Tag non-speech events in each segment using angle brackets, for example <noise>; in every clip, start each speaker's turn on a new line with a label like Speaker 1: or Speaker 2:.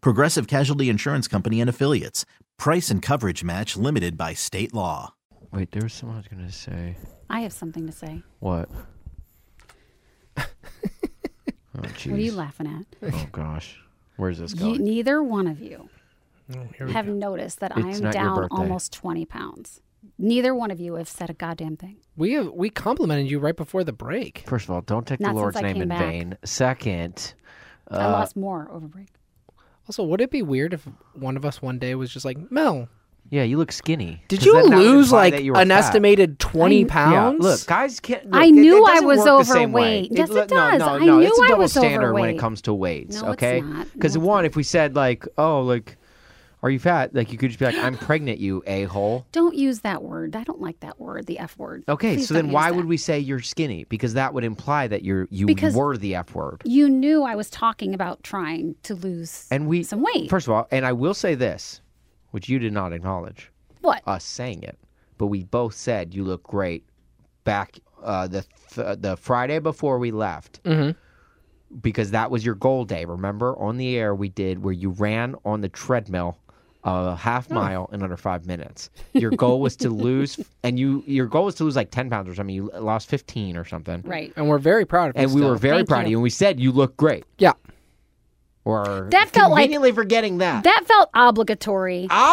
Speaker 1: Progressive Casualty Insurance Company and Affiliates. Price and coverage match limited by state law.
Speaker 2: Wait, there was something I was gonna say.
Speaker 3: I have something to say. <laughs>
Speaker 2: What? oh,
Speaker 3: What are you
Speaker 2: jeez.
Speaker 3: laughing at?
Speaker 2: Oh gosh, where's this
Speaker 3: You,
Speaker 2: going?
Speaker 3: neither one of you
Speaker 2: Oh,
Speaker 3: have noticed that I
Speaker 2: It's
Speaker 3: am
Speaker 2: not your
Speaker 3: down
Speaker 2: birthday.
Speaker 3: almost 20 pounds. Neither one of you have said a goddamn thing.
Speaker 4: We have, we complimented you right before the break.
Speaker 2: First of all, don't take
Speaker 3: Not
Speaker 2: the
Speaker 3: since
Speaker 2: Lord's
Speaker 3: I
Speaker 2: name
Speaker 3: came
Speaker 2: in
Speaker 3: back.
Speaker 2: vain. Second,
Speaker 3: I
Speaker 2: uh,
Speaker 3: lost more over break.
Speaker 4: Also, would it be weird if one of us one day was just like, Mel,
Speaker 2: yeah, you look skinny.
Speaker 4: did
Speaker 2: 'Cause
Speaker 4: you
Speaker 2: that- that would
Speaker 4: lose
Speaker 2: imply
Speaker 4: like
Speaker 2: that you were
Speaker 4: an
Speaker 2: fat.
Speaker 4: estimated 20
Speaker 3: I-
Speaker 2: Yeah,
Speaker 4: pounds?
Speaker 2: look, guys can't. Look,
Speaker 3: I
Speaker 2: it- it
Speaker 3: knew I
Speaker 2: doesn't
Speaker 3: was
Speaker 2: work the same way.
Speaker 3: overweight. Yes, it
Speaker 2: No,
Speaker 3: does.
Speaker 2: no,
Speaker 3: I
Speaker 2: no.
Speaker 3: knew
Speaker 2: it's a
Speaker 3: I
Speaker 2: double
Speaker 3: was
Speaker 2: standard when it
Speaker 3: overweight.
Speaker 2: comes to weights.
Speaker 3: No, it's
Speaker 2: okay,
Speaker 3: not. No,
Speaker 2: because
Speaker 3: it's
Speaker 2: one, if we said like, oh, like, are you fat? Like, you could just be like, I'm pregnant, you a hole.
Speaker 3: Don't use that word. I don't like that word, the F word.
Speaker 2: Okay,
Speaker 3: Please
Speaker 2: so
Speaker 3: don't
Speaker 2: then
Speaker 3: use
Speaker 2: why
Speaker 3: that.
Speaker 2: would we say you're skinny? Because that would imply that you're you
Speaker 3: Because-
Speaker 2: were the F word.
Speaker 3: You knew I was talking about trying to lose
Speaker 2: And we
Speaker 3: some weight.
Speaker 2: First of all, and I will say this, which you did not acknowledge
Speaker 3: what?
Speaker 2: us saying it, but we both said you look great back uh, the th- the Friday before we left. Because that was your goal day, remember? On the air we did where you ran on the treadmill a
Speaker 3: Oh.
Speaker 2: half mile in under five minutes. Your goal was
Speaker 3: <laughs>
Speaker 2: to lose, and you your goal was to lose like ten pounds or something. You lost fifteen or something,
Speaker 3: right.
Speaker 4: and we're very proud of you.
Speaker 2: and we
Speaker 4: still.
Speaker 2: were very
Speaker 3: Thank
Speaker 2: proud of
Speaker 3: you.
Speaker 2: you. And we said you look great.
Speaker 4: yeah.
Speaker 2: Or
Speaker 3: That felt like-
Speaker 2: conveniently forgetting that.
Speaker 3: That felt obligatory.
Speaker 4: Oh. <laughs>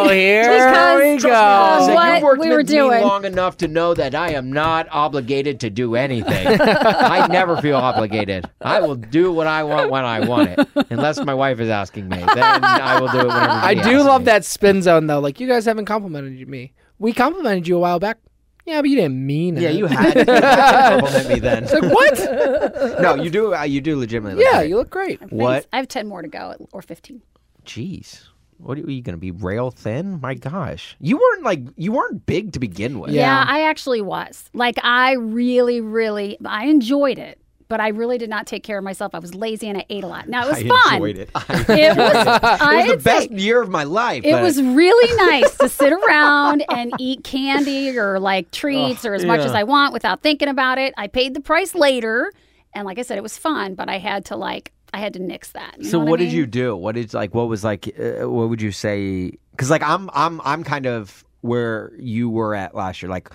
Speaker 2: obligatory.
Speaker 3: Because we go.
Speaker 2: Trust me,
Speaker 3: What
Speaker 2: you've worked
Speaker 3: we
Speaker 2: with
Speaker 3: were
Speaker 2: me
Speaker 3: doing.
Speaker 2: long enough to know that I am not obligated to do anything. I never feel obligated. I will do what I want when I want it, unless my wife is asking me. Then I will do it whenever.
Speaker 4: I do love that <laughs> spin zone though. Like you guys haven't complimented me. We complimented you a while back. Yeah, but you didn't mean it.
Speaker 2: Yeah, you <laughs> had you had to compliment me then.
Speaker 4: It's like <laughs> what?
Speaker 2: <laughs> No, you do. uh, You do legitimately.
Speaker 4: <laughs> yeah,
Speaker 2: Like
Speaker 4: you look great.
Speaker 2: What?
Speaker 3: Thanks. I have 10 more to go, or 15.
Speaker 2: Jeez. What are you going to be rail thin? My gosh, you weren't like you weren't big to begin with.
Speaker 4: Yeah.
Speaker 3: Yeah, I actually was. Like I really, really I enjoyed it, but I really did not take care of myself. I was lazy and I ate a lot. Now
Speaker 2: <laughs>
Speaker 3: it was fun.
Speaker 2: enjoyed
Speaker 3: <laughs>
Speaker 2: it.
Speaker 3: It was, I
Speaker 2: <laughs> It was
Speaker 3: would
Speaker 2: the best
Speaker 3: say,
Speaker 2: year of my life.
Speaker 3: It
Speaker 2: but-
Speaker 3: was really nice
Speaker 2: <laughs>
Speaker 3: to sit around and eat candy or like treats or as much as I want without thinking about it. I paid the price later, and like I said, it was fun, but I had to like I had to nix that. You
Speaker 2: So
Speaker 3: know
Speaker 2: what,
Speaker 3: what, I
Speaker 2: did you
Speaker 3: mean?
Speaker 2: do? What did like what was like uh, what would you say cuz like I'm I'm I'm kind of where you were at last year like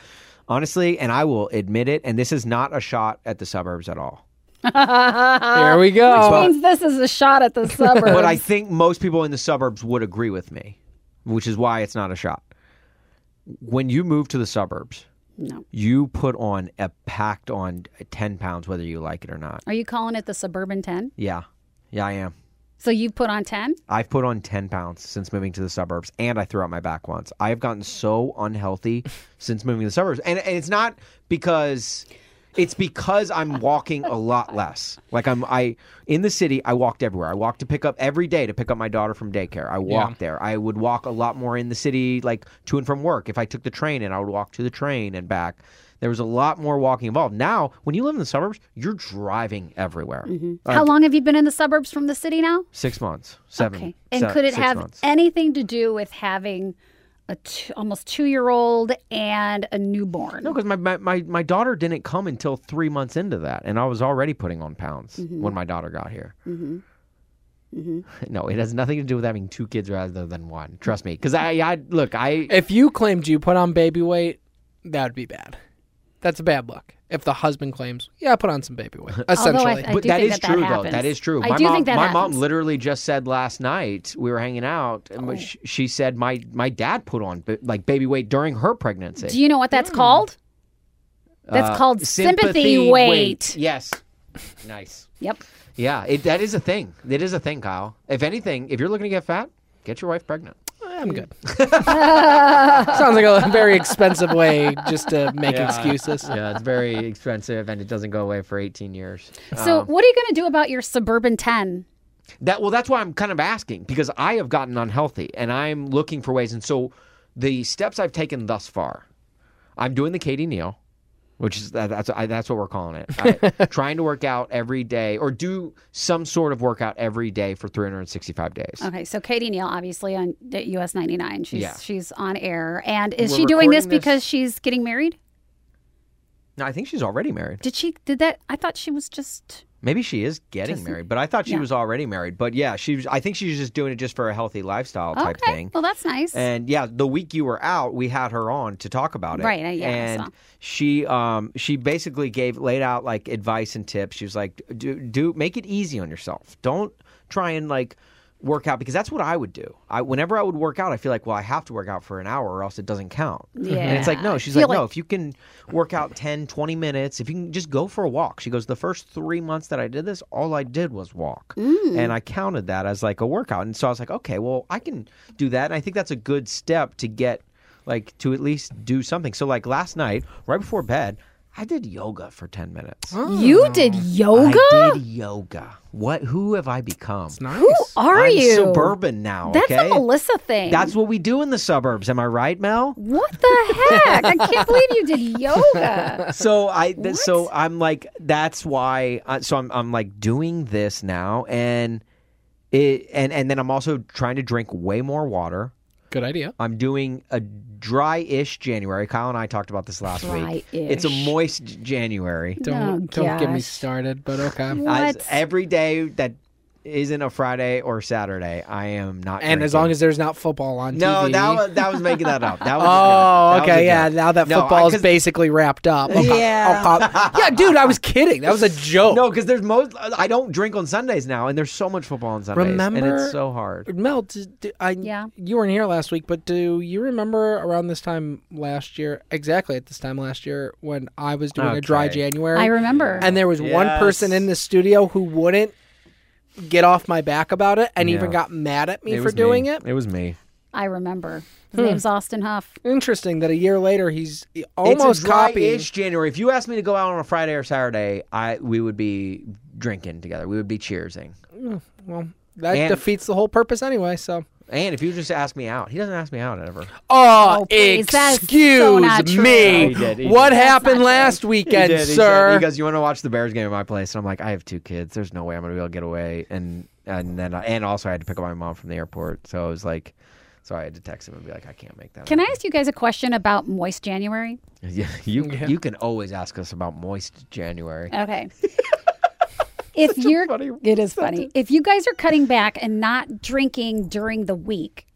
Speaker 2: honestly and I will admit it and this is not a shot at the suburbs at all.
Speaker 4: There we go.
Speaker 3: Which means this is a shot at the
Speaker 2: <laughs>
Speaker 3: suburbs.
Speaker 2: But I think most people in the suburbs would agree with me, which is why it's not a shot. When you move to the suburbs,
Speaker 3: no.
Speaker 2: you put on a packed on 10 pounds whether you like it or not.
Speaker 3: Are you calling it the suburban ten?
Speaker 2: Yeah. Yeah, I am.
Speaker 3: So you put on ten?
Speaker 2: I've put on 10 pounds since moving to the suburbs, and I threw out my back once. I have gotten so
Speaker 3: <laughs>
Speaker 2: unhealthy since moving to the suburbs. And, and it's not because. It's because I'm walking a lot less. Like I'm I in the city, I walked everywhere. I walked to pick up every day to pick up my daughter from daycare. I walked there. I would walk a lot more in the city like to and from work. If I took the train and I would walk to the train and back. There was a lot more walking involved. Now, when you live in the suburbs, you're driving everywhere.
Speaker 3: How
Speaker 2: Uh,
Speaker 3: long have you been in the suburbs from the city now?
Speaker 2: 6 months, 7.
Speaker 3: Okay. And
Speaker 2: se-
Speaker 3: could it
Speaker 2: six
Speaker 3: have
Speaker 2: months.
Speaker 3: anything to do with having a t- almost two year old and a newborn?
Speaker 2: No, because my, my, my, my daughter didn't come until three months into that, and I was already putting on pounds when my daughter got here. Mm-hmm. Mm-hmm. <laughs> No, it has nothing to do with having two kids rather than one. Trust me, because I, I look, I
Speaker 4: If you claimed you put on baby weight, that would be bad. That's a bad look. If the husband claims, yeah, put on some baby
Speaker 3: <laughs>
Speaker 4: weight. Essentially,
Speaker 3: I
Speaker 2: but
Speaker 3: do
Speaker 2: that
Speaker 3: think
Speaker 2: is
Speaker 3: that that
Speaker 2: true though.
Speaker 3: happens.
Speaker 2: That is true.
Speaker 3: I
Speaker 2: my
Speaker 3: do
Speaker 2: mom,
Speaker 3: think that
Speaker 2: my mom
Speaker 3: happens. Oh.
Speaker 2: literally just said last night we were hanging out, and sh- she said my my dad put on ba- like baby weight during her pregnancy.
Speaker 3: Do you know what that's called?
Speaker 2: Uh,
Speaker 3: That's called sympathy, weight.
Speaker 2: Yes. Nice.
Speaker 3: Yep.
Speaker 2: Yeah, it, that is a thing. It is a thing, Kyle. If anything, if you're looking to get fat, get your wife pregnant.
Speaker 3: <laughs>
Speaker 4: I'm good. <laughs> Sounds like a very expensive way just to make excuses.
Speaker 2: <laughs> Yeah, it's very expensive and it doesn't go away for 18 years.
Speaker 3: So what are you going to do about your suburban ten?
Speaker 2: That well, that's why I'm kind of asking because I have gotten unhealthy and I'm looking for ways. And so, the steps I've taken thus far, I'm doing the Katie Neal, which is that, that's I, that's what we're calling it. I- trying to work out every day or do some sort of workout every day for 365 days.
Speaker 3: Okay, so Katie Neal, obviously on at US ninety nine, she's
Speaker 2: Yeah.
Speaker 3: she's on air, and is
Speaker 2: We're
Speaker 3: she doing this
Speaker 2: recording this-
Speaker 3: because she's getting married?
Speaker 2: No, I think she's already married.
Speaker 3: Did she did that? I thought she was just
Speaker 2: Maybe she is getting
Speaker 3: Just-
Speaker 2: married, but I thought she
Speaker 3: yeah.
Speaker 2: was already married. But yeah, she was. I think she's just doing it just for a healthy lifestyle type
Speaker 3: okay.
Speaker 2: thing.
Speaker 3: Well, that's nice.
Speaker 2: And yeah, the week you were out, we had her on to talk about it.
Speaker 3: Right, uh, yeah, I
Speaker 2: And
Speaker 3: saw.
Speaker 2: she um she basically gave laid out like advice and tips. She was like, do do make it easy on yourself. Don't try and like work out because that's what I would do. I whenever I would work out, I feel like, well, I have to work out for an hour or else it doesn't count. And it's like,
Speaker 3: Yeah,
Speaker 2: no,
Speaker 3: I
Speaker 2: Oh, she's
Speaker 3: feel
Speaker 2: like, no,
Speaker 3: like-
Speaker 2: if you can work out 10, 20 minutes, if you can just go for a walk. She goes, the first three months that I did this, all I did was walk.
Speaker 3: Mm.
Speaker 2: And I counted that as like a workout. And so I was like, okay, well, I can do that. And I think that's a good step to get, like, to at least do something. So, like, last night, right before bed, I did yoga for 10 minutes.
Speaker 3: you did yoga?
Speaker 2: I did yoga. What? Who have I become?
Speaker 4: Nice.
Speaker 3: Who are
Speaker 2: I'm
Speaker 3: you?
Speaker 2: suburban now.
Speaker 3: That's
Speaker 2: okay?
Speaker 3: a Melissa thing.
Speaker 2: That's what we do in the suburbs. Am I right, Mel?
Speaker 3: what the heck? I can't believe
Speaker 2: <laughs>
Speaker 3: you did yoga.
Speaker 2: so I th- so I'm like that's why I, so I'm I'm like doing this now and it and and then I'm also trying to drink way more water.
Speaker 4: Good idea.
Speaker 2: I'm doing a dry-ish January. Kyle and I talked about this last week. It's a
Speaker 3: Dry-ish.
Speaker 2: moist January.
Speaker 3: Oh,
Speaker 4: Don't don't get me
Speaker 3: gosh.
Speaker 4: started. But okay.
Speaker 2: I-
Speaker 3: What?
Speaker 2: every day that isn't a Friday or Saturday, I am not.
Speaker 4: and as
Speaker 2: drinking.
Speaker 4: long as there's not football on
Speaker 2: no,
Speaker 4: TV.
Speaker 2: that was that was making that up. That was a joke. That
Speaker 4: Oh,
Speaker 2: was a
Speaker 4: okay, yeah.
Speaker 2: joke.
Speaker 4: Now that
Speaker 2: No, I-
Speaker 4: football's
Speaker 2: 'cause-
Speaker 4: basically wrapped up.
Speaker 2: Yeah.
Speaker 4: yeah, dude, I was kidding. That
Speaker 2: <laughs>
Speaker 4: was a joke.
Speaker 2: No, because there's most. I don't drink on Sundays now, and there's so much football on Sundays, and
Speaker 4: Remember-
Speaker 2: it's so hard.
Speaker 4: Mel, do, do- I
Speaker 3: Yeah.
Speaker 4: you weren't here last week, but do you remember around this time last year, exactly at this time last year, when I was doing a dry
Speaker 2: Okay.
Speaker 4: January?
Speaker 3: I remember.
Speaker 4: and there was one person
Speaker 2: Yes.
Speaker 4: in the studio who wouldn't get off my back about it and even got mad at me for doing it.
Speaker 2: It was me.
Speaker 3: I remember.
Speaker 2: Hmm.
Speaker 3: His name's Austin Huff.
Speaker 4: Interesting that a year later he's almost copying.
Speaker 2: ish January. If you asked me to go out on a Friday or Saturday, I we would be drinking together. We would be cheersing.
Speaker 4: Well, that
Speaker 2: And-
Speaker 4: defeats the whole purpose anyway. So,
Speaker 2: And if you just ask me out, he doesn't ask me out ever.
Speaker 4: oh,
Speaker 3: please, that is so
Speaker 4: excuse
Speaker 3: not true.
Speaker 4: me.
Speaker 2: He did, he did.
Speaker 4: what
Speaker 2: That's
Speaker 4: happened last weekend,
Speaker 2: he
Speaker 4: sir?
Speaker 2: Said, he goes, "You want to watch the Bears game at my place?" And I'm like, "I have two kids. There's no way I'm going to be able to get away." And and then I, and also I had to pick up my mom from the airport, so I was like, so I had to text him and be like, "I can't make that."
Speaker 3: Can I ask you guys a question about moist January?
Speaker 2: <laughs> Yeah, you you can always ask us about moist January. <laughs>
Speaker 3: Okay. if you're it is funny. If you guys are cutting back and not drinking during the week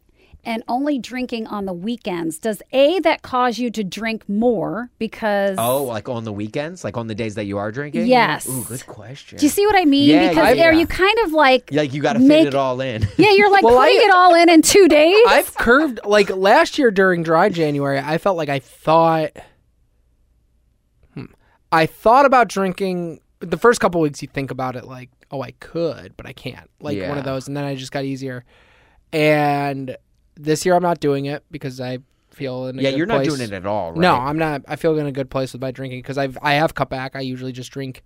Speaker 3: and only drinking on the weekends, does A that cause you to drink more because
Speaker 2: Oh, like on the weekends, like on the days that you are drinking.
Speaker 3: Yes.
Speaker 2: Ooh, good question.
Speaker 3: Do you see what I mean?
Speaker 2: Yeah,
Speaker 3: because
Speaker 2: yeah,
Speaker 3: are
Speaker 2: yeah.
Speaker 3: you kind of like
Speaker 2: like you got to
Speaker 3: make-
Speaker 2: fit it all in. <laughs>
Speaker 3: Yeah, you're like
Speaker 4: Well, I-
Speaker 3: putting it all in in 2 days.
Speaker 4: I've curved like last year during dry January. I felt like I thought, hmm, I thought about drinking. The first couple weeks, you think about it like, oh, I could, but I can't. Like one
Speaker 2: Yeah.
Speaker 4: of those, and then I just got easier. And this year, I'm not doing it because I feel in. A
Speaker 2: yeah,
Speaker 4: good
Speaker 2: you're not
Speaker 4: place.
Speaker 2: doing it at all, right?
Speaker 4: No, I'm not. I feel in a good place with my drinking because I've I have cut back. I usually just drink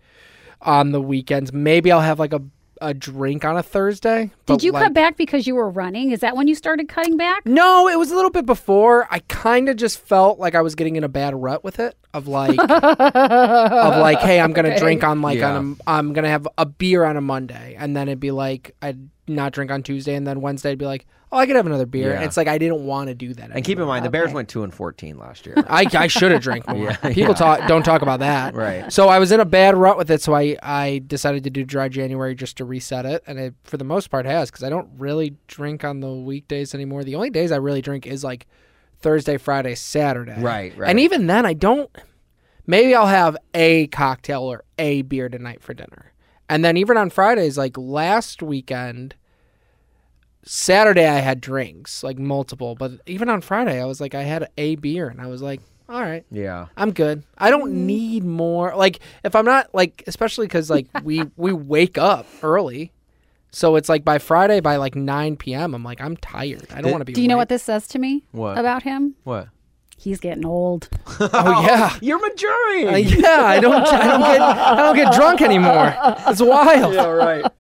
Speaker 4: on the weekends. Maybe I'll have like a a drink on a Thursday.
Speaker 3: Did
Speaker 4: but,
Speaker 3: you
Speaker 4: like-
Speaker 3: cut back because you were running? Is that when you started cutting back?
Speaker 4: No, it was a little bit before. I kind of just felt like I was getting in a bad rut with it of like of like hey, I'm going to drink on like on a, I'm going to have a beer on a Monday and then it'd be like I'd not drink on Tuesday and then Wednesday I'd be like, "Oh, I could have another beer."
Speaker 2: Yeah.
Speaker 4: And it's like I didn't want to do that.
Speaker 2: And keep in mind, the Bears went two and fourteen last <laughs> year.
Speaker 4: I, I should have
Speaker 2: <laughs>
Speaker 4: drank more.
Speaker 2: Yeah,
Speaker 4: People talk don't talk about that.
Speaker 2: Right.
Speaker 4: So I was in a bad rut with it, so I, I decided to do dry January just to reset it, and it for the most part has because I don't really drink on the weekdays anymore. The only days I really drink is like Thursday, Friday, Saturday.
Speaker 2: Right, right.
Speaker 4: And even then, I don't. maybe I'll have a cocktail or a beer tonight for dinner. And then even on Fridays, like last weekend, Saturday I had drinks, like multiple, but even on Friday I was like I had a beer and I was like, all right.
Speaker 2: Yeah.
Speaker 4: I'm good. I
Speaker 3: Mm.
Speaker 4: don't need more. Like if I'm not like, especially
Speaker 3: <laughs>
Speaker 4: because like we we wake up early, so it's like by Friday by like 9 p.m. I'm like I'm tired. I don't want to be.
Speaker 3: Do you know what
Speaker 4: awake.
Speaker 3: this says to me
Speaker 2: What?
Speaker 3: about him?
Speaker 2: What?
Speaker 3: He's getting old.
Speaker 4: Oh yeah.
Speaker 2: You're maturing.
Speaker 4: <laughs> Uh, yeah, I don't. I don't get. I don't get drunk anymore. It's wild.
Speaker 2: right.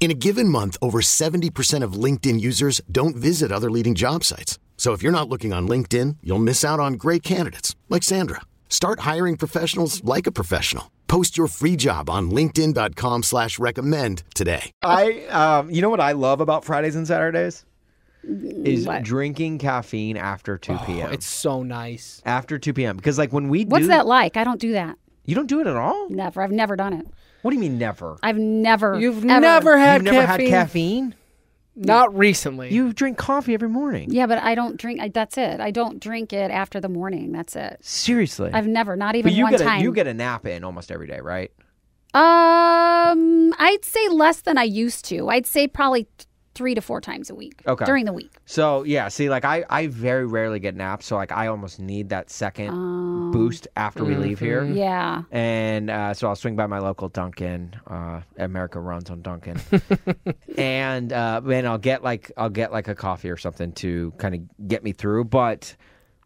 Speaker 5: In a given month, over 70% of LinkedIn users don't visit other leading job sites. So if you're not looking on LinkedIn, you'll miss out on great candidates like Sandra. Start hiring professionals like a professional. Post your free job on linkedin.com/recommend slash recommend today.
Speaker 2: <laughs> I, um, you know what I love about Fridays and Saturdays is drinking caffeine after 2 p.m.
Speaker 4: It's so nice.
Speaker 2: after 2 p.m. Because like when we
Speaker 3: What's
Speaker 2: do,
Speaker 3: that like? I don't do that.
Speaker 2: You don't do it at all.
Speaker 3: Never. I've never done it.
Speaker 2: What do you mean never?
Speaker 3: I've never.
Speaker 4: You've
Speaker 3: ever-
Speaker 4: never had
Speaker 2: You've never
Speaker 4: caffeine.
Speaker 2: had caffeine.
Speaker 4: Not recently.
Speaker 2: You drink coffee every morning.
Speaker 3: Yeah, but I don't drink. I, that's it. I don't drink it after the morning. That's it.
Speaker 2: Seriously.
Speaker 3: I've never. Not even
Speaker 2: but you
Speaker 3: one
Speaker 2: get a,
Speaker 3: time.
Speaker 2: you get a nap in almost every day, right?
Speaker 3: Um, I'd say less than I used to. I'd say probably th- three to four times a week
Speaker 2: Okay.
Speaker 3: during the week.
Speaker 2: So yeah, see, like I, I very rarely get naps, so like I almost need that second
Speaker 3: Um,
Speaker 2: boost after we leave here.
Speaker 3: Mm-hmm. Yeah.
Speaker 2: And uh, so I'll swing by my local Dunkin'. Uh, America runs on
Speaker 3: <laughs>
Speaker 2: Dunkin', and uh, man, I'll get like I'll get like a coffee or something to kind of get me through. But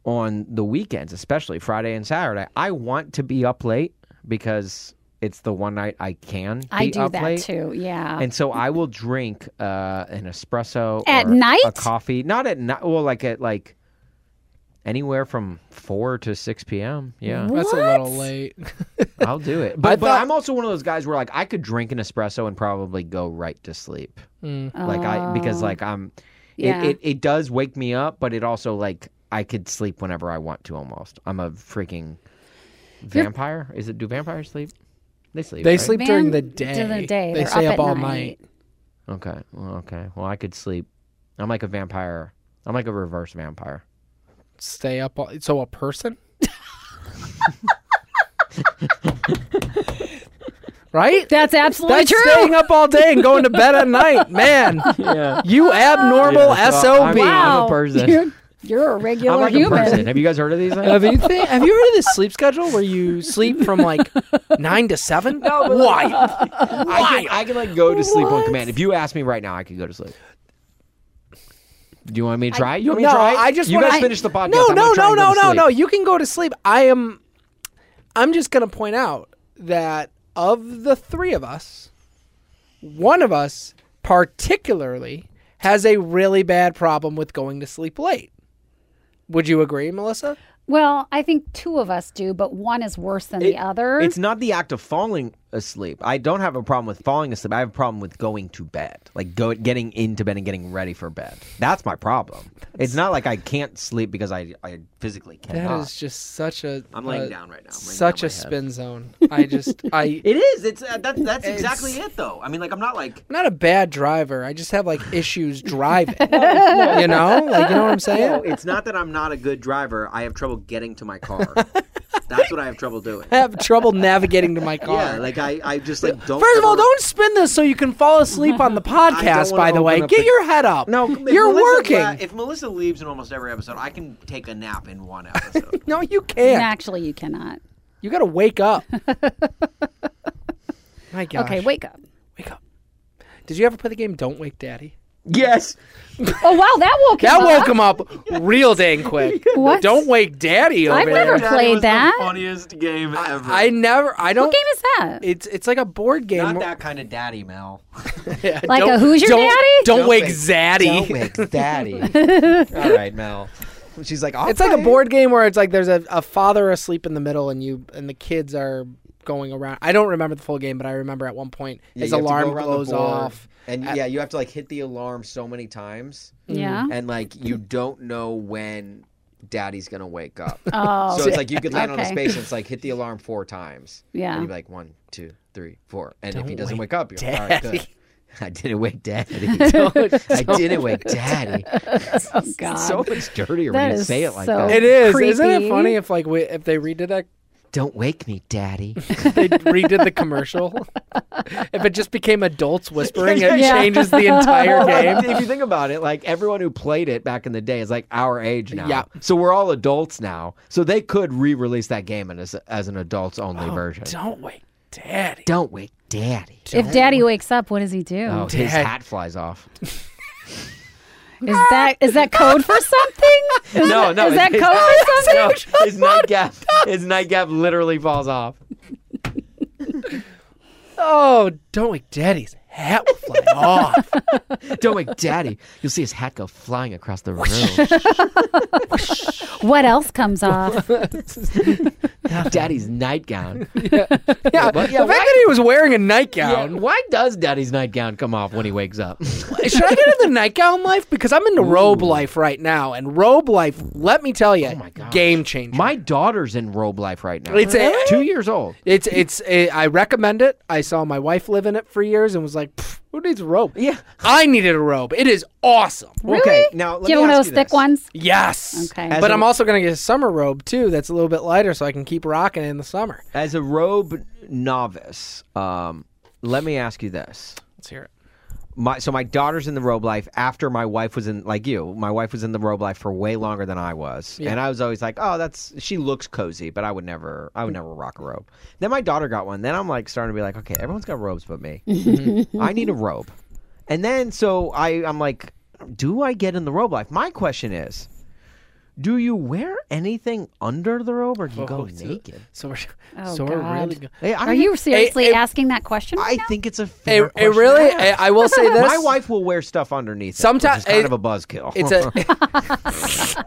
Speaker 2: on the weekends, especially Friday and Saturday, I want to be up late because it's the one night I can. Be
Speaker 3: I do
Speaker 2: up
Speaker 3: that
Speaker 2: late.
Speaker 3: too. Yeah.
Speaker 2: And so I will drink uh, an espresso
Speaker 3: At
Speaker 2: or
Speaker 3: night?
Speaker 2: a coffee. Not at night. Well, like at like anywhere from four to six p.m. Yeah,
Speaker 4: That's a little late.
Speaker 2: I'll do it. But, but
Speaker 4: thought-
Speaker 2: I'm also one of those guys where like I could drink an espresso and probably go right to sleep. Like I because like I'm,
Speaker 3: yeah.
Speaker 2: it, it it does wake me up, but it also like I could sleep whenever I want to. Almost, I'm a freaking vampire. Is it do vampires sleep? They sleep.
Speaker 4: They
Speaker 2: right?
Speaker 4: sleep
Speaker 3: Van-
Speaker 4: during the
Speaker 3: during
Speaker 4: day.
Speaker 3: the day.
Speaker 4: They
Speaker 3: They're
Speaker 4: stay
Speaker 3: up
Speaker 4: up,
Speaker 3: at
Speaker 4: all
Speaker 3: night.
Speaker 4: night.
Speaker 2: Okay. Well, okay. Well, I could sleep. I'm like a vampire. I'm like a reverse vampire.
Speaker 4: Stay up all. So a person.
Speaker 3: <laughs>
Speaker 4: right.
Speaker 3: That's absolutely
Speaker 4: That's
Speaker 3: true.
Speaker 4: staying up all day and going to bed at night, man. <laughs>
Speaker 3: <laughs>
Speaker 4: You abnormal
Speaker 2: Yeah, so
Speaker 4: sob.
Speaker 2: I'm-
Speaker 3: wow.
Speaker 2: I'm a person.
Speaker 3: You're, you're a regular
Speaker 2: I'm like a person.
Speaker 3: human.
Speaker 2: Have you guys heard of these things?
Speaker 4: Have you thi- have you heard of this sleep schedule where you sleep from like nine to seven? No, why?
Speaker 2: I can, I can like go to sleep on command. If you ask me right now, I could go to sleep. Do you want me to try? it? you want me
Speaker 4: No,
Speaker 2: to try? it?
Speaker 4: I just
Speaker 2: you
Speaker 4: wanna,
Speaker 2: guys
Speaker 4: I-
Speaker 2: finish the podcast.
Speaker 4: No,
Speaker 2: I'm
Speaker 4: no,
Speaker 2: gonna try
Speaker 4: no,
Speaker 2: and go
Speaker 4: no,
Speaker 2: to
Speaker 4: no,
Speaker 2: sleep.
Speaker 4: no. You can go to sleep. I am. I'm just gonna point out that of the three of us, one of us particularly has a really bad problem with going to sleep late. Would you agree, Melissa?
Speaker 3: Well, I think two of us do, but one is worse than the other.
Speaker 2: It's not the act of falling asleep. I don't have a problem with falling asleep. I have a problem with going to bed, like go getting into bed and getting ready for bed. That's my problem. it's not like I can't sleep because I I physically cannot.
Speaker 4: That is just such a.
Speaker 2: I'm laying
Speaker 4: uh,
Speaker 2: down right now. I'm laying
Speaker 4: Such
Speaker 2: down
Speaker 4: a
Speaker 2: my head.
Speaker 4: spin zone. I just
Speaker 2: <laughs>
Speaker 4: I.
Speaker 2: It is. It's uh, that, that's
Speaker 4: It's-
Speaker 2: exactly it, though. I mean, like I'm not like
Speaker 4: I'm not a bad driver. I just have
Speaker 2: <laughs>
Speaker 4: like issues driving. you know, like you know what I'm saying.
Speaker 2: no. oh, It's not that I'm not a good driver. I have trouble getting to my
Speaker 4: <laughs>
Speaker 2: car. that's what I have trouble doing.
Speaker 4: I have trouble navigating to my car.
Speaker 2: Yeah, like I, I just like don't.
Speaker 4: First of all,
Speaker 2: ever-
Speaker 4: don't spin this so you can fall asleep
Speaker 2: <laughs>
Speaker 4: on the podcast.
Speaker 2: wanna
Speaker 4: By the way,
Speaker 2: open up
Speaker 4: get
Speaker 2: the-
Speaker 4: your head
Speaker 2: <laughs>
Speaker 4: up.
Speaker 2: No, if
Speaker 4: you're
Speaker 2: Melissa-
Speaker 4: working.
Speaker 2: uh, if Melissa leaves in almost every episode, I can take a nap in one
Speaker 4: <laughs>
Speaker 2: episode.
Speaker 4: no, you can't.
Speaker 3: Actually, you cannot.
Speaker 4: You got to wake
Speaker 3: <laughs>
Speaker 4: up. my God.
Speaker 3: Okay, wake up.
Speaker 4: Wake up. Did you ever play the game Don't Wake Daddy?
Speaker 2: yes.
Speaker 3: Oh wow, that woke
Speaker 4: That
Speaker 3: him
Speaker 4: woke
Speaker 3: up.
Speaker 4: him up real dang quick.
Speaker 3: <laughs> What?
Speaker 4: Don't Wake Daddy over
Speaker 3: I've
Speaker 4: there.
Speaker 3: never played that.
Speaker 2: funniest game ever.
Speaker 4: I never. I
Speaker 3: What
Speaker 4: don't.
Speaker 3: game is that?
Speaker 4: It's it's like a board game.
Speaker 2: Not that kind of daddy, <laughs> Mel.
Speaker 4: Yeah,
Speaker 3: Like a
Speaker 4: don't-
Speaker 3: Who's Your
Speaker 4: don't-
Speaker 3: Daddy?
Speaker 4: Don't,
Speaker 2: Don't
Speaker 4: wake
Speaker 2: wake-
Speaker 4: Zaddy.
Speaker 2: daddy. All right, Mel. She's like,
Speaker 4: It's like a board game where it's like there's a, a father asleep in the middle and you and the kids are going around. I don't remember the full game, but I remember at one point his alarm goes off.
Speaker 2: and yeah, you have to like hit the alarm so many times,
Speaker 3: yeah.
Speaker 2: and like you don't know when daddy's gonna wake up.
Speaker 3: Oh,
Speaker 2: So it's like you could land on a
Speaker 3: Okay.
Speaker 2: space and it's like hit the alarm four times.
Speaker 3: Yeah.
Speaker 2: And you'd be like one, two, three, four. And if he doesn't wake up, you're like, all right, good. <laughs> I didn't wake daddy. I didn't wake daddy.
Speaker 3: oh god.
Speaker 2: It's so much dirtier
Speaker 3: That
Speaker 2: when you
Speaker 3: is
Speaker 2: say it like
Speaker 3: so-
Speaker 2: that.
Speaker 4: It is. Isn't
Speaker 3: Creepy.
Speaker 4: it funny if like we, if they redid that?
Speaker 2: Don't wake me, <laughs> daddy.
Speaker 4: They redid the commercial.
Speaker 3: <laughs>
Speaker 4: if it just became adults whispering, it
Speaker 3: Yeah.
Speaker 4: changes
Speaker 3: <laughs>
Speaker 4: the entire game.
Speaker 2: if you think about it, like everyone who played it back in the day is like our age now.
Speaker 4: Yeah.
Speaker 2: So we're all adults now. So they could re-release that game as, as an adults only
Speaker 3: Oh,
Speaker 2: version.
Speaker 4: Don't wake daddy.
Speaker 2: Don't wake daddy.
Speaker 3: if Daddy wakes up, what does he do?
Speaker 2: Oh, his
Speaker 4: Dad.
Speaker 2: hat flies
Speaker 3: <laughs>
Speaker 2: off.
Speaker 3: Is that is that code for something?
Speaker 2: <laughs>
Speaker 3: Is
Speaker 2: No,
Speaker 3: that,
Speaker 2: no,
Speaker 3: Is that
Speaker 2: it-
Speaker 3: code for
Speaker 2: <laughs>
Speaker 3: something?
Speaker 2: No, his nightcap, his nightcap literally falls off.
Speaker 4: Oh, don't wake daddy's hat will fly
Speaker 3: <laughs>
Speaker 4: off.
Speaker 2: Don't wake daddy. You'll see his hat go flying across
Speaker 3: <laughs>
Speaker 2: the room.
Speaker 3: <laughs> What else comes off?
Speaker 2: Daddy's
Speaker 3: <laughs>
Speaker 2: nightgown.
Speaker 4: Yeah,
Speaker 2: but-
Speaker 4: the fact that he was wearing a nightgown.
Speaker 2: Why does daddy's nightgown come off when he wakes
Speaker 3: <laughs>
Speaker 2: up?
Speaker 4: Should I get into the nightgown life? Because I'm into robe life right now, and robe life, let me tell you,
Speaker 2: Oh gosh.
Speaker 4: game changer.
Speaker 2: My daughter's in robe life right now.
Speaker 4: It's a-
Speaker 2: two years old.
Speaker 4: it's it's eh, I recommend it. I saw my wife live in it for years and was like, "Pff, who needs a robe?
Speaker 2: Yeah.
Speaker 4: I needed a robe. It is awesome.
Speaker 3: really?
Speaker 2: Okay, now let
Speaker 3: do you
Speaker 2: me
Speaker 3: have one
Speaker 2: ask
Speaker 3: of those
Speaker 2: you
Speaker 3: thick
Speaker 2: this.
Speaker 3: ones?
Speaker 4: Yes.
Speaker 3: Okay.
Speaker 2: As
Speaker 4: But
Speaker 2: a-
Speaker 4: I'm also gonna get a summer robe too. That's a little bit lighter, so I can keep rocking it in the summer.
Speaker 2: As a robe novice, um, let me ask you this.
Speaker 4: Let's hear it.
Speaker 2: My, so my daughter's in the robe life after my wife was in like you my wife was in the robe life for way longer than i was and i was always like oh that's she looks cozy but i would never i would never rock a robe then my daughter got one then i'm like starting to be like okay everyone's got robes but <laughs> me i need a robe and then so i i'm like do i get in the robe life my question is do you wear anything under the robe or do you go naked
Speaker 4: So we're
Speaker 3: Oh,
Speaker 4: so we're
Speaker 3: God.
Speaker 4: really good.
Speaker 2: Hey, I
Speaker 3: Are
Speaker 2: don't
Speaker 3: you
Speaker 2: think-
Speaker 3: seriously
Speaker 4: eh, eh,
Speaker 3: asking that question?
Speaker 2: i
Speaker 3: right now?
Speaker 2: think it's a fair
Speaker 4: It, it
Speaker 2: question to
Speaker 4: really
Speaker 2: ask.
Speaker 4: eh, I will say this
Speaker 2: <laughs> My wife will wear stuff underneath. Sometimes
Speaker 4: Sometimes-
Speaker 2: kind
Speaker 4: it-
Speaker 2: of a buzzkill.
Speaker 4: It's a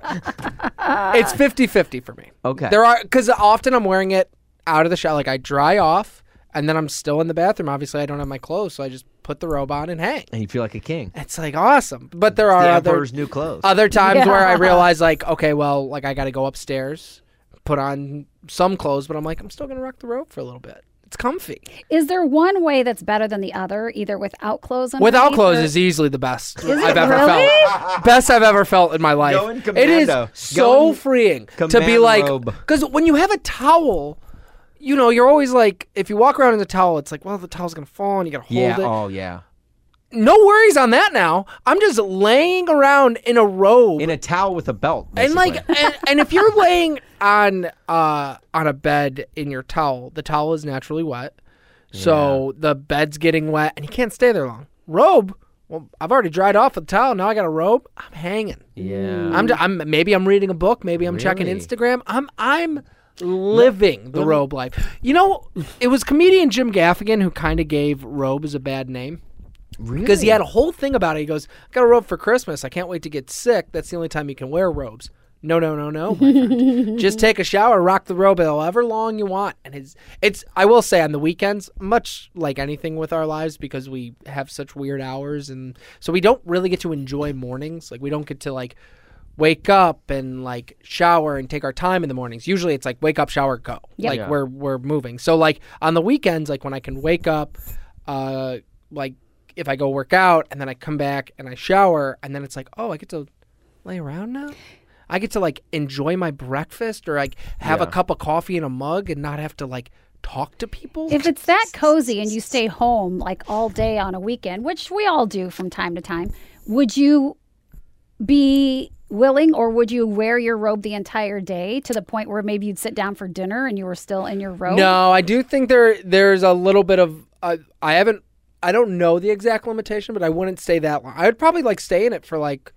Speaker 4: It's 50/50 for me.
Speaker 2: Okay.
Speaker 4: There are cuz often I'm wearing it out of the shower like I dry off and then I'm still in the bathroom. Obviously I don't have my clothes, so I just put the robe on and hang.
Speaker 2: <laughs> and you feel like a king.
Speaker 4: It's like awesome. But there
Speaker 2: The
Speaker 4: are other
Speaker 2: emperor's new clothes.
Speaker 4: other times where I realize like okay, well, like I got to go upstairs, put on some clothes, but I'm like I'm still going to rock the robe for a little bit. It's comfy.
Speaker 3: Is there one way that's better than the other, either without clothes on?
Speaker 4: Without clothes is easily the best
Speaker 3: it
Speaker 4: I've ever
Speaker 3: really?
Speaker 4: felt. Best I've ever felt in my life.
Speaker 2: Go in
Speaker 4: it is
Speaker 2: commando.
Speaker 4: so
Speaker 2: Go in
Speaker 4: freeing to be
Speaker 2: command
Speaker 4: like
Speaker 2: robe.
Speaker 4: because when you have a towel, you know you're always like if you walk around in a towel, it's like well the towel's gonna fall and you gotta hold
Speaker 2: yeah.
Speaker 4: it.
Speaker 2: Oh yeah.
Speaker 4: No worries on that now. I'm just laying around in a robe
Speaker 2: In a towel with a belt.
Speaker 4: and like
Speaker 2: basically.
Speaker 4: and, and if you're laying on uh on a bed in your towel the towel is naturally wet so the bed's getting wet and you can't stay there long robe well i've already dried off with the towel now i got a robe i'm hanging
Speaker 2: yeah.
Speaker 4: i'm, d- I'm maybe i'm reading a book maybe i'm checking
Speaker 2: Really?
Speaker 4: instagram i'm i'm living the robe life you know it was comedian jim gaffigan who kind of gave robe as a bad name because he had a whole thing about it. He goes, I got a robe for Christmas. I can't wait to get sick. That's the only time you can wear robes. No, no, no, no. my friend. Just take a shower, rock the robot however long you want, and it's it's. I will say on the weekends, much like anything with our lives, because we have such weird hours, and so we don't really get to enjoy mornings. Like we don't get to like wake up and like shower and take our time in the mornings. Usually it's like wake up, shower, go. Like we're we're moving. So like on the weekends, like when I can wake up, uh, like if I go work out and then I come back and I shower and then it's like oh I get to lay around now. I get to like enjoy my breakfast or like have a cup of coffee in a mug and not have to like talk to people.
Speaker 3: If it's that cozy and you stay home like all day on a weekend, which we all do from time to time, would you be willing or would you wear your robe the entire day to the point where maybe you'd sit down for dinner and you were still in your robe?
Speaker 4: No, I do think there there's a little bit of uh, I haven't I don't know the exact limitation, but I wouldn't stay that long. I would probably like stay in it for like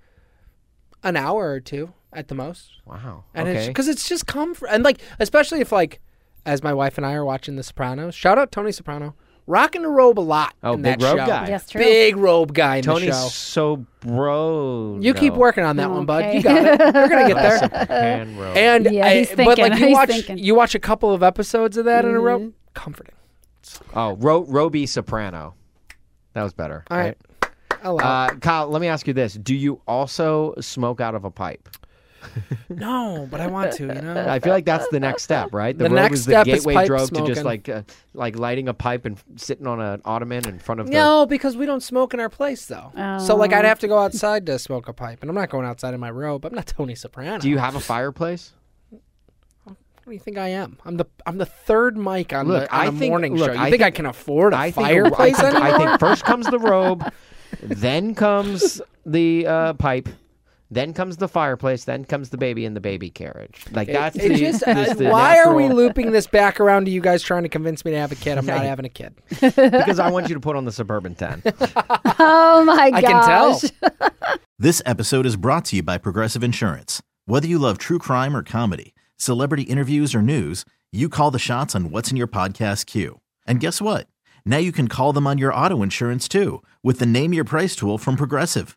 Speaker 4: an hour or two at the most.
Speaker 2: Wow.
Speaker 4: And it's
Speaker 2: okay.
Speaker 4: because it's just comfort and like especially if like as my wife and I are watching The Sopranos. Shout out Tony Soprano, rocking the robe a lot.
Speaker 2: Oh,
Speaker 4: in
Speaker 2: big
Speaker 4: that
Speaker 2: robe
Speaker 4: show.
Speaker 2: guy.
Speaker 3: Yes, true.
Speaker 4: Big robe guy in the
Speaker 2: Tony's
Speaker 4: show.
Speaker 2: so bro.
Speaker 4: You keep working on that one, bud. You got it. You're gonna get there. <laughs> And
Speaker 3: Yeah,
Speaker 4: I-
Speaker 3: he's
Speaker 4: but
Speaker 3: thinking,
Speaker 4: like you
Speaker 3: he's
Speaker 4: watch
Speaker 3: thinking. Mm-hmm.
Speaker 4: you watch a couple of episodes of that in a row, comforting.
Speaker 2: oh, Ro- Roby Soprano. That was better.
Speaker 4: All right. I'll allow
Speaker 2: Uh, Kyle, let me ask you this: Do you also smoke out of a pipe?
Speaker 4: it. no, but I want to, you
Speaker 2: <laughs>
Speaker 4: know.
Speaker 2: I feel like that's the next
Speaker 4: <laughs>
Speaker 2: step, right?
Speaker 4: The
Speaker 2: road
Speaker 4: next
Speaker 2: was the
Speaker 4: step is
Speaker 2: gateway
Speaker 4: pipe
Speaker 2: drug to
Speaker 4: smoking.
Speaker 2: just like uh, like lighting a pipe and sitting on an ottoman in front of the.
Speaker 4: No, because we don't smoke in our place though. So like
Speaker 3: Oh.
Speaker 4: I'd have to go outside to smoke a pipe, and I'm not going outside in my robe. I'm not Tony Soprano.
Speaker 2: Do you have a fireplace?
Speaker 4: What do you think I am? I'm the I'm the third mic on
Speaker 2: Look,
Speaker 4: the on
Speaker 2: I
Speaker 4: a
Speaker 2: think-
Speaker 4: morning
Speaker 2: look,
Speaker 4: show. You
Speaker 2: I
Speaker 4: think, I
Speaker 2: think-
Speaker 4: can afford a
Speaker 2: I think-
Speaker 4: fireplace
Speaker 2: I think,
Speaker 4: anymore?
Speaker 2: I think first comes the
Speaker 4: <laughs>
Speaker 2: robe, then comes the uh, pipe, then comes the fireplace, then comes the baby in the baby carriage. Like that's
Speaker 4: It
Speaker 2: the,
Speaker 4: just, uh,
Speaker 2: this- the
Speaker 4: why are we
Speaker 2: natural-
Speaker 4: looping this back around to you guys trying to convince me to have a kid? I'm not having a kid.
Speaker 2: <laughs> because I want you to put on the suburban ten.
Speaker 3: Oh my
Speaker 4: I
Speaker 3: gosh.
Speaker 4: can tell.
Speaker 1: This episode is brought to you by Progressive Insurance. Whether you love true crime or comedy, celebrity interviews or news, you call the shots on what's in your podcast queue. And guess what? Now you can call them on your auto insurance too with the Name Your Price tool from Progressive.